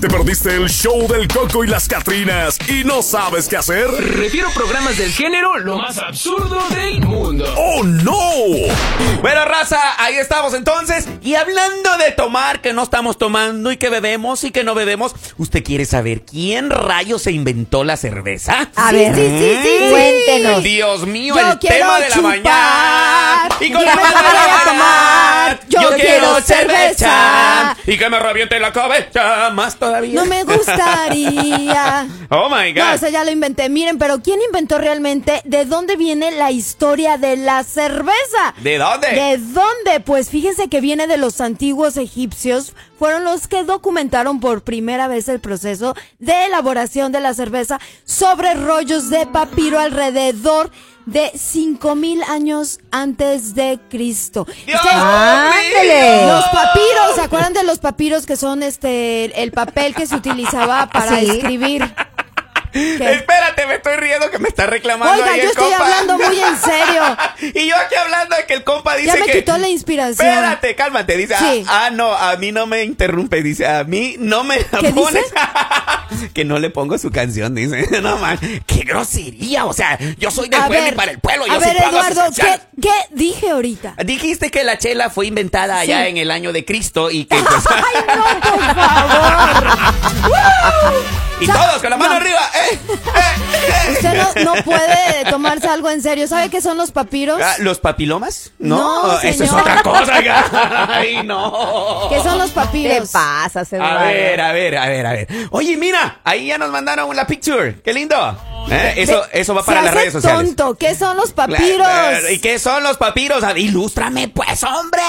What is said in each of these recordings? ¿Te perdiste el show del Coco y las Catrinas y no sabes qué hacer? Refiero programas del género lo más absurdo del mundo. ¡Oh, no! Bueno, raza, ahí estamos entonces. Y hablando de tomar, que no estamos tomando y que bebemos y que no bebemos, ¿usted quiere saber quién rayos se inventó la cerveza? A ver, sí, sí, sí. Cuéntenos. Dios mío, Yo el quiero tema de la chupar. mañana. Y con Yo la me madre voy la a voy a tomar. tomar. Yo quiero cerveza. Y que me reviente la cabeza más todavía. No me gustaría. Oh my No, God. eso ya lo inventé. Miren, pero ¿quién inventó realmente? ¿De dónde viene la historia de la cerveza? ¿De dónde? ¿De dónde? Pues fíjense que viene de los antiguos egipcios. Fueron los que documentaron por primera vez el proceso de elaboración de la cerveza sobre rollos de papiro alrededor de 5000 años antes de Cristo. ¡Dios Ustedes- ¡Ándale! mío! Los papiros, ¿se acuerdan de los papiros que son este el papel que se utilizaba para Sí. escribir? ¿Qué? Espérate, me estoy riendo que me está reclamando. Oiga, ahí yo el estoy compa. hablando muy en serio. y yo aquí hablando de que el compa dice Ya me que. quitó la inspiración. Espérate, cálmate. Dice, ah, Sí. ah, no, a mí no me interrumpe. Dice, a mí no me la ¿Qué pones. que no le pongo su canción, dice. No, man, qué grosería. O sea, yo soy de A pueblo ver, y para el pueblo. Yo a sí ver, pongo su Eduardo, canción. ¿qué, ¿qué dije ahorita? Dijiste que la chela fue inventada allá Sí. en el año de Cristo y que pues, ¡Ay, no, por favor! y Ya, todos con la mano no. arriba. eh, eh, eh. Usted no, no puede tomarse algo en serio. ¿Sabe qué son los papiros? Ah, ¿Los papilomas? No, No, eso es señor. otra cosa. oiga. Ay, no. ¿Qué son los ¿Qué papiros? pasa, Eduardo? A ver, a ver, a ver, a ver. Oye, mira, ahí ya nos mandaron la picture. Qué lindo. Eh, Eso, eso va Se para las hace redes sociales. tonto. ¿Qué son los papiros? La- la- ¿Y qué son los papiros? A- Ilústrame, pues, hombre.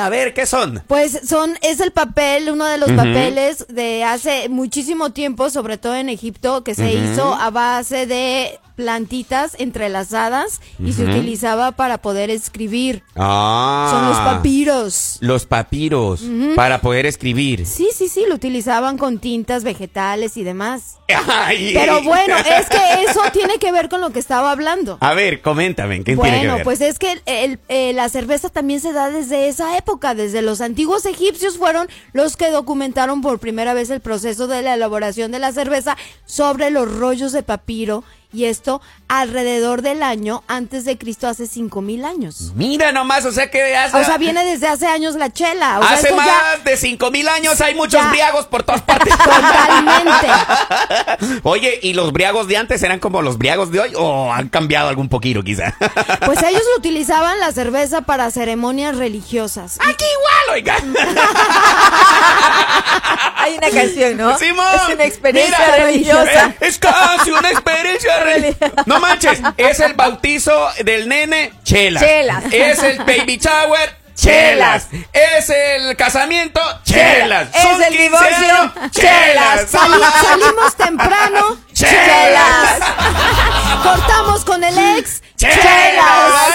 A ver, ¿qué son? Pues son, es el papel, uno de los papeles de hace muchísimo tiempo, sobre todo en Egipto, que se hizo a base de plantitas entrelazadas y se utilizaba para poder escribir. Ah. Son los papiros. Los papiros para poder escribir. Sí, sí, sí, lo utilizaban con tintas vegetales y demás. Ay. Pero bueno, es que eso tiene que ver con lo que estaba hablando. A ver, coméntame, ¿qué Ah, tiene que Bueno, ver? pues es que el- el- eh, la cerveza también se da desde esa época, desde los antiguos egipcios fueron los que documentaron por primera vez el proceso de la elaboración de la cerveza sobre los rollos de papiro y esto alrededor del año antes de Cristo hace 5000 años. Mira nomás, o sea que hace, O sea, viene desde hace años la chela, o sea, hace esto más ya de 5000 años hay muchos Ya. briagos por todas partes. totalmente. Oye, ¿y los briagos de antes eran como los briagos de hoy? ¿O han cambiado algún poquito, quizá? Pues ellos utilizaban la cerveza para ceremonias religiosas. Aquí igual, oiga. Hay una canción, ¿no? Simón, es una experiencia mira, religiosa. eh, Es casi una experiencia religiosa. No manches, es el bautizo del nene, chelas. Chelas. Es el baby shower, chelas. Es el casamiento, chelas. Es Son el 15 divorcio, años, chelas. chelas. Sali- salimos temprano, Chelas. cortamos con el ex, ¡Chelas!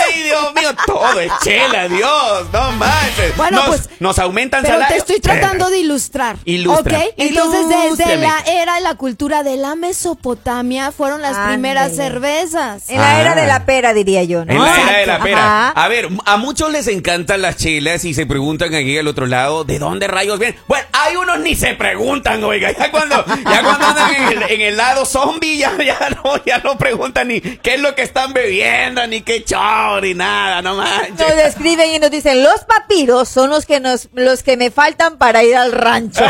¡Ay, Dios mío! Todo es chela, Dios. No manches. Bueno, nos, pues, Nos aumentan Pero te salario. estoy tratando de ilustrar. Ilustra. ¿Ok? Entonces, desde Ilústrame. la era y la cultura de la Mesopotamia fueron las Ándale. primeras cervezas. En la era de la pera, diría yo, ¿no? Ah. En la era de la Ajá. pera. Ah. A ver, a muchos les encantan las chelas y se preguntan aquí al otro lado, ¿de dónde rayos vienen? Bueno, hay unos ni se preguntan, oiga, ya cuando, ya cuando andan en el, en el lado zombie, ya, ya, no, ya no preguntan ni qué es lo que están bebiendo, ni qué chor, ni nada, no manches. Nos describen y nos dicen, los papiros son los que nos, los que me faltan para ir al rancho.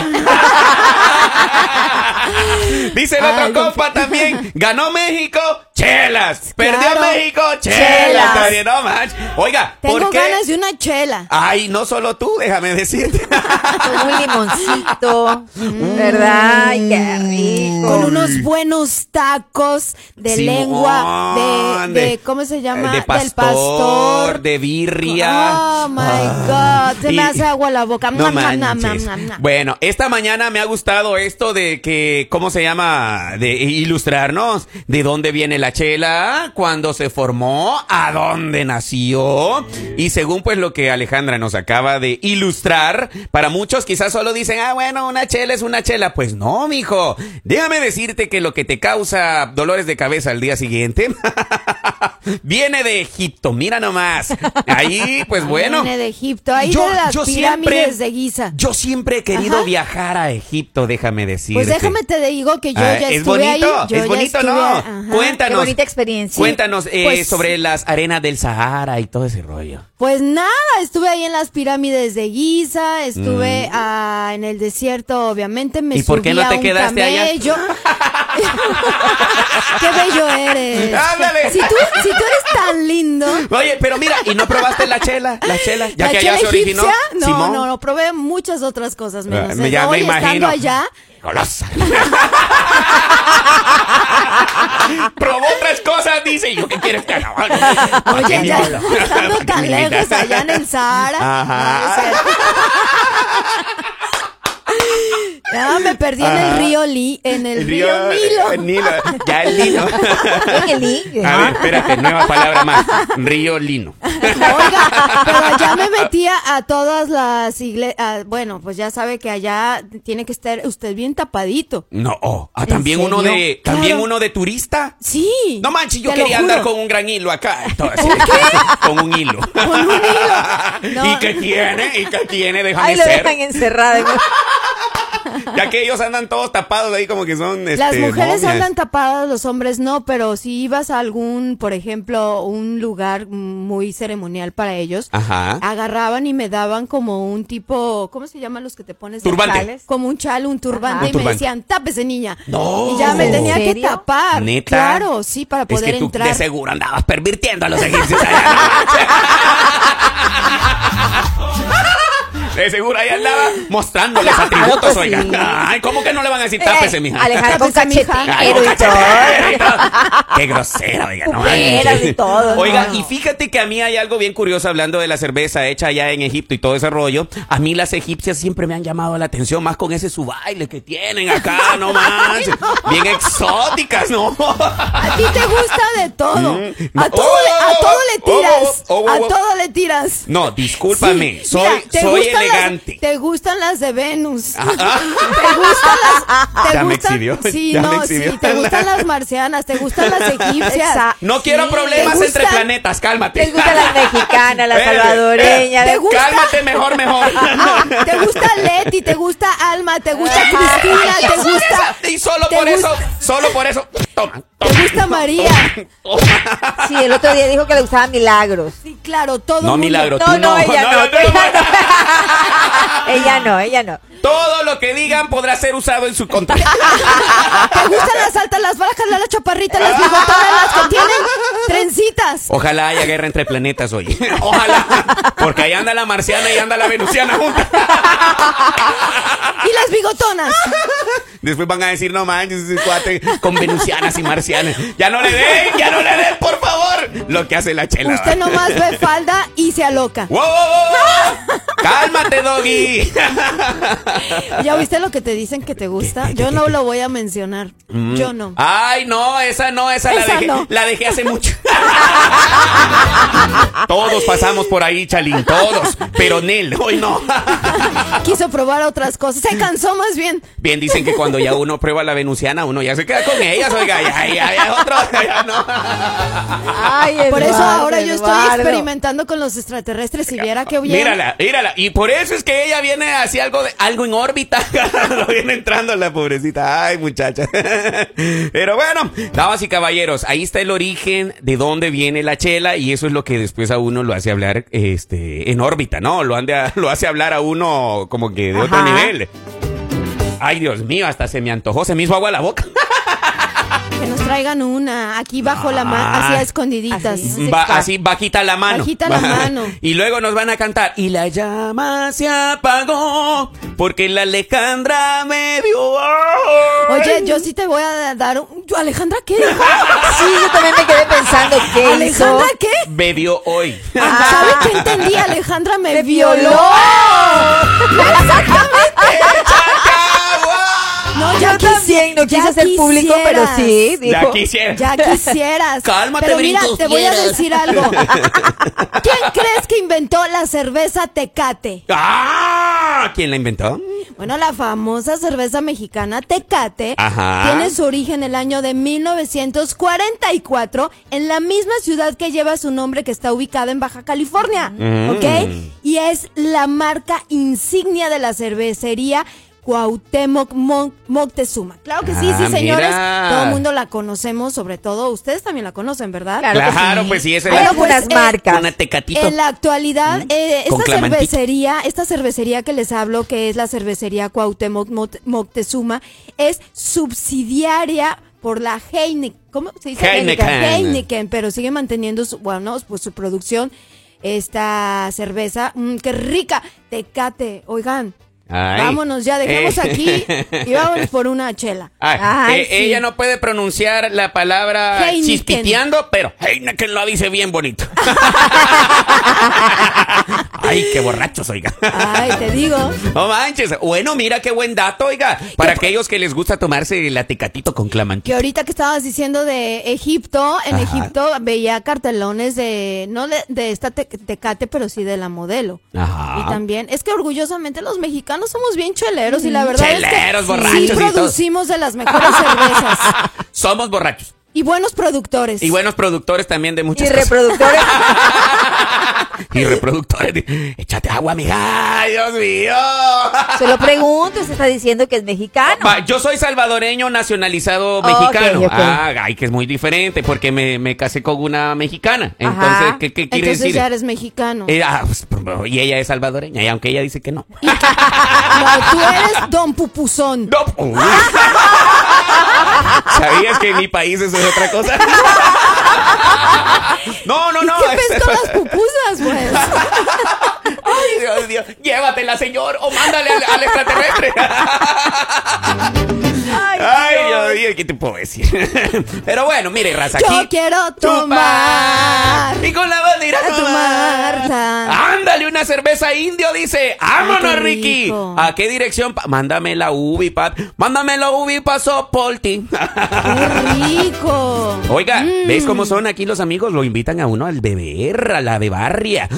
Dice el otro compa también, ganó México, chelas, perdió Claro. México, chelas, Chelas. también, no manches. Oiga, Tengo ¿por qué? ganas de una chela. Ay, no solo tú, déjame decirte. Con un limoncito, Mm. ¿verdad? Ay, qué rico. Con unos buenos tacos de Simón, lengua, de, de- ¿cómo se llama? Eh, De pastor, Del pastor. de birria. Oh my Ah. God, se me Y- hace agua la boca. No Mua, mua, mua, manches. mua, mua. Bueno, esta mañana me ha gustado esto de que, ¿cómo se llama? De ilustrarnos de dónde viene la chela, cuándo se formó, a dónde nació. Y según pues lo que Alejandra nos acaba de ilustrar, para muchos quizás solo dicen, ah, bueno, una chela es una chela. Pues no, mijo. Déjame decirte que lo que te causa dolores de cabeza al día siguiente viene de Egipto, mira nomás. Ahí, pues bueno. Viene de Egipto, ahí de las pirámides de Giza. Yo siempre he querido Ajá. viajar a Egipto, déjame decir. Pues déjame te digo que yo Ah, ya es estuve ahí. bonito, yo es ya bonito, estuve- ¿no? ajá. Cuéntanos. Qué bonita experiencia. Cuéntanos eh, Pues- sobre las arenas del Sahara y todo ese rollo. Pues nada, estuve ahí en las pirámides de Giza, estuve ah, en el desierto, obviamente me Mm. ¿Y por qué subí no a te un quedaste allá? camello. qué bello eres. Ándale. Si tú, si tú eres tan lindo. Oye, pero mira, ¿y no probaste la chela? La chela, ya ¿la que allá chela se originó. egipcia? No, Simón. no, no, probé muchas otras cosas menos. Ah, eso. ya me Hoy imagino. estando allá, Golosa. Probó otras cosas, dice. ¿Y yo qué quieres que haga? Oye, ya Golosa. estando tan lejos allá en el Sahara. Ajá. no, es cierto. Ya me perdí en el Ajá. río Li, en el, río, Nilo. eh, el Nilo. Ya el Nilo. En el I, A ver, ajá. espérate, nueva palabra más. Río Lino. Oiga, pero allá me metía a todas las iglesias. Bueno, pues ya sabe que allá tiene que estar usted bien tapadito. No, oh, ah, ¿En también uno serio? de, también Claro. uno de turista. Sí. No manches, yo te lo quería andar juro. con un gran hilo acá. Entonces, Con un hilo. Con un hilo. No. ¿Y qué tiene? ¿Y qué tiene? Déjame Ahí lo ser. dejan encerrado. Ya que ellos andan todos tapados ahí como que son. Las este, mujeres momias. andan tapadas, los hombres no, pero si ibas a algún, por ejemplo, un lugar muy ceremonial para ellos, Ajá. agarraban y me daban como un tipo, ¿cómo se llaman los que te pones? Turbante. Chales. Como un chal, un turbante, Un y turbante. me decían, tápese niña. No. Y ya me ¿En tenía que serio? tapar. Neta. Claro, sí, para poder es que tú entrar. De seguro andabas pervirtiendo a los egipcios allá, ¿no? De seguro ahí andaba mostrándoles atributos, Claro que oiga. sí. Ay, ¿cómo que no le van a decir Eh, tápese, mija? Alejandro con Tápese, mija. Ay, cachetero y todo. cachetera y todo. Qué grosera, oiga, no Puperas manches. y todo, no, Oiga, no. y fíjate que a mí hay algo bien curioso hablando de la cerveza hecha allá en Egipto y todo ese rollo. A mí las egipcias siempre me han llamado la atención, más con ese su baile que tienen acá, no manches. Bien exóticas, ¿no? A ti te gusta de todo. Mm. A todo, Oh, le- a todo oh, le oh, tiras. oh, oh, oh, A oh. todo le tiras. No, discúlpame, Sí, soy, mira, te soy gustan las- elegante. te gustan las de Venus. Ah, ah. Te gustan las. Te Ya me gustan- exhibió, Sí, ya me no, sí. exhibió. Te gustan las marcianas, te gustan las egipcias. Exacto. No quiero Sí, problemas ¿te entre gustan? planetas, cálmate. Les gusta la mexicana, la Espérate, salvadoreña. espérate. la- ¿Te gusta? Cálmate mejor, mejor. Ah, te gusta Leti, te gusta Alma, te gusta Cristina, te gusta. Y solo te por eso, gusta- solo por eso. Toma, toma. Te gusta María. Sí, el otro día dijo que le gustaba milagros. Sí, claro, todo. No, mundo. Milagro, tú No, no, ella no, tú ella Ella no, ella no. Todo lo que digan podrá ser usado en su contra. ¿Te gustan las altas, las bajas, las chaparritas, las bigotonas, las que tienen trencitas? Ojalá haya guerra entre planetas hoy. Ojalá. Porque ahí anda la marciana y anda la venusiana juntas. Y las bigotonas. Después van a decir, no manches, ese cuate con venusianas y marcianas. Ya no le den, ya no le den, por favor. Lo que hace la chela. Usted ¿va? nomás ve falda y se aloca. ¡Wow! ¡Cálmate, doggy! ¿Ya viste lo que te dicen que te gusta? Yo no lo voy a mencionar. Mm. Yo no. Ay, no, esa no, esa, la Esa dejé. no. La dejé hace mucho. todos pasamos por ahí, Chalín, todos. Pero Nel, hoy no. Quiso probar otras cosas. Se cansó más bien. Bien dicen que cuando ya uno prueba la venusiana, uno ya se queda con ellas, oiga, ya, ya, ya, otro, ya no. Ay, Por eso Eduardo, ahora yo estoy Eduardo. experimentando con los extraterrestres. Si viera que bien. Mírala, mírala. Y por eso es que ella viene así algo de, algo en órbita. Lo viene entrando la pobrecita. Ay, muchacha. Pero bueno, damas y caballeros, ahí está el origen de dónde viene la chela y eso es lo que después a uno lo hace hablar este en órbita, ¿no? Lo ande a- lo hace hablar a uno como que de otro Ajá. nivel. Ay, Dios mío, hasta se me antojó, se me hizo agua la boca. Que nos traigan una aquí bajo la mano, así a escondiditas. Así. Ah. Va- así bajita la mano. Bajita la Va- mano. Y luego nos van a cantar. Y la llama se apagó porque la Alejandra me vio. Oye, yo sí te voy a dar un... ¿Yo, ¿Alejandra qué dijo? Sí, yo también me quedé pensando qué ¿Alejandra hizo. qué? Me vio hoy. ¿Sabes qué entendí? Alejandra me, Me violó. violó. ¡Agua! No, yo Yo quisiera. también no Ya quise hacer público, pero quisieras. sí, dijo. Ya quisiera. Ya quisieras. Cálmate, Pero mira, brincos, te voy a quieras. decir algo. ¿Quién crees que inventó la cerveza Tecate? ¡Ah! ¿Quién la inventó? Bueno, la famosa cerveza mexicana Tecate Ajá. tiene su origen el año de 1944 en la misma ciudad que lleva su nombre que está ubicada en Baja California, Mm. ¿ok? Y es la marca insignia de la cervecería Cuauhtémoc Mon- Moctezuma. Claro que sí, Ah, sí, señores. mira. Todo el mundo la conocemos, sobre todo ustedes también la conocen, ¿verdad? Ah, Claro que Claro, sí. pues sí, esa Hay es algunas pues, eh, marcas. una tecatito. En la actualidad, eh, Mm. Con esta clamantito. cervecería, esta cervecería que les hablo, que es la cervecería Cuauhtémoc Mot- Moctezuma, es subsidiaria por la Heineken. ¿Cómo se dice? Heineken. Heineken, pero sigue manteniendo su, bueno, pues su producción. Esta cerveza, mm, qué rica, tecate, oigan, Ay. vámonos ya, dejemos Eh. aquí y vámonos por una chela. Ay, Ay, eh, sí. Ella no puede pronunciar la palabra Heineken. chispiteando, pero Heineken lo dice bien bonito. Ay, qué borrachos, oiga. Ay, te digo. No manches. Bueno, mira qué buen dato, oiga. Para aquellos que les gusta tomarse el atecatito con Que clamantito. ahorita que estabas diciendo de Egipto, en Ajá. Egipto veía cartelones de, no de, de esta te- tecate, pero sí de la modelo. Ajá. Y también, es que orgullosamente los mexicanos somos bien cheleros y la verdad Cheleros, es que borrachos y sí todo. producimos de las mejores cervezas Somos borrachos. y buenos productores. Y buenos productores también de Y muchas cosas. reproductores. y reproductores. Échate agua, amiga. Ay, Dios mío. Se lo pregunto, se está diciendo que es mexicano. Va, yo soy salvadoreño nacionalizado Ok, mexicano. ok. Ah, ay, que es muy diferente porque me, me casé con una mexicana. Entonces, Ajá. ¿qué, qué quiere Entonces decir? ya eres mexicano. Eh, ah, pues, y ella es salvadoreña, y aunque ella dice que no. No, tú eres don Pupuzón. No. Uy. ¿Sabías que en mi país eso es otra cosa? No, no, este no. ¿Qué ves es- con las pupusas, pues? Ay, Dios, Dios. Llévatela, señor, o mándale al, al extraterrestre. Ay, Ay, Dios. Dios mío, ¿qué te puedo decir? Pero bueno, mire, raza, Yo aquí- quiero Chupar. tomar. Y con la bandera A tomar. tomar, ta. Ándale, una cerveza indio, dice. Ay, ¡Vámonos, qué Ricky! rico. ¿A qué dirección? pa- Mándame la ubi, pap. Mándame la ubi pa' Sopolti. ¡Qué rico! Oiga, Mm. ¿ves cómo son aquí los amigos? Lo invitan a uno al beber, a la bebarria.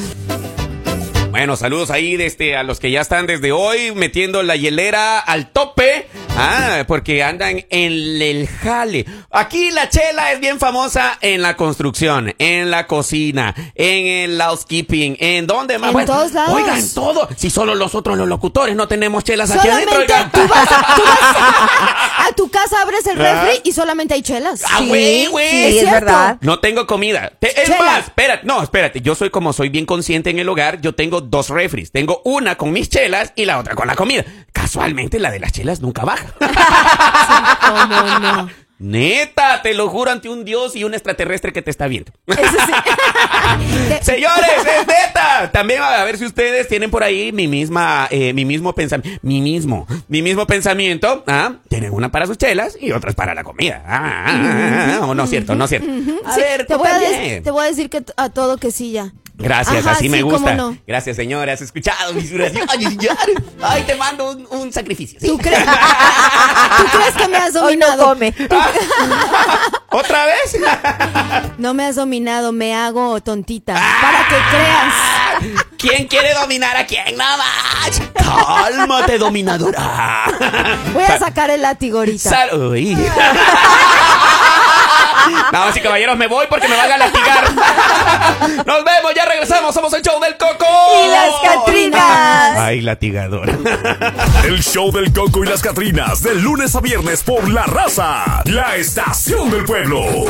Bueno, saludos ahí desde a los que ya están desde hoy metiendo la hielera al tope. Ah, porque andan en el jale. Aquí la chela es bien famosa en la construcción, en la cocina, en el housekeeping, en donde más. En todos lados. Oigan, todo. Si solo los otros, los locutores, no tenemos chelas aquí adentro. Solamente oigan. tú vas, a, tú vas a, a tu casa, abres el Ah. refri y solamente hay chelas. Ah, güey, güey. Sí, Es es, cierto. verdad. No tengo comida. Te- es Chela. más, espérate, no, espérate. Yo soy como soy bien consciente en el hogar, yo tengo dos refris. Tengo una con mis chelas y la otra con la comida. Casualmente la de las chelas nunca baja. ¿Cómo no? Neta, te lo juro ante un dios y un extraterrestre que te está viendo. Eso sí. Te- Señores, es neta. También a ver si ustedes tienen por ahí mi misma, eh, mi mismo pensamiento, mi mismo, mi mismo pensamiento. Ah, tienen una para sus chelas y otras para la comida. Ah, ah, ah, ah, o no es cierto, no es cierto. A sí, ver, te, tú voy a des- también. te voy a decir que t- a todo que sí ya. Gracias, Ajá, así me sí, cómo gusta. no. Gracias, señora. Has escuchado mis oraciones. Ay, te mando un, un sacrificio. ¿sí? ¿Tú crees, ¿Tú crees que me has Hoy no dominado? come. ¿Otra vez? No me has dominado, me hago tontita. Para que creas. ¿Quién quiere dominar a quién? No más. Cálmate, dominadora. Voy a sacar el látigo ahorita. Sal- Uy. No, sí, caballeros, me voy porque me van a latigar. Nos vemos, ya regresamos. Somos el show del Coco. Y las Oh, Catrinas. Ay, latigadora. El show del Coco y las Catrinas, de lunes a viernes por La Raza, la estación del pueblo.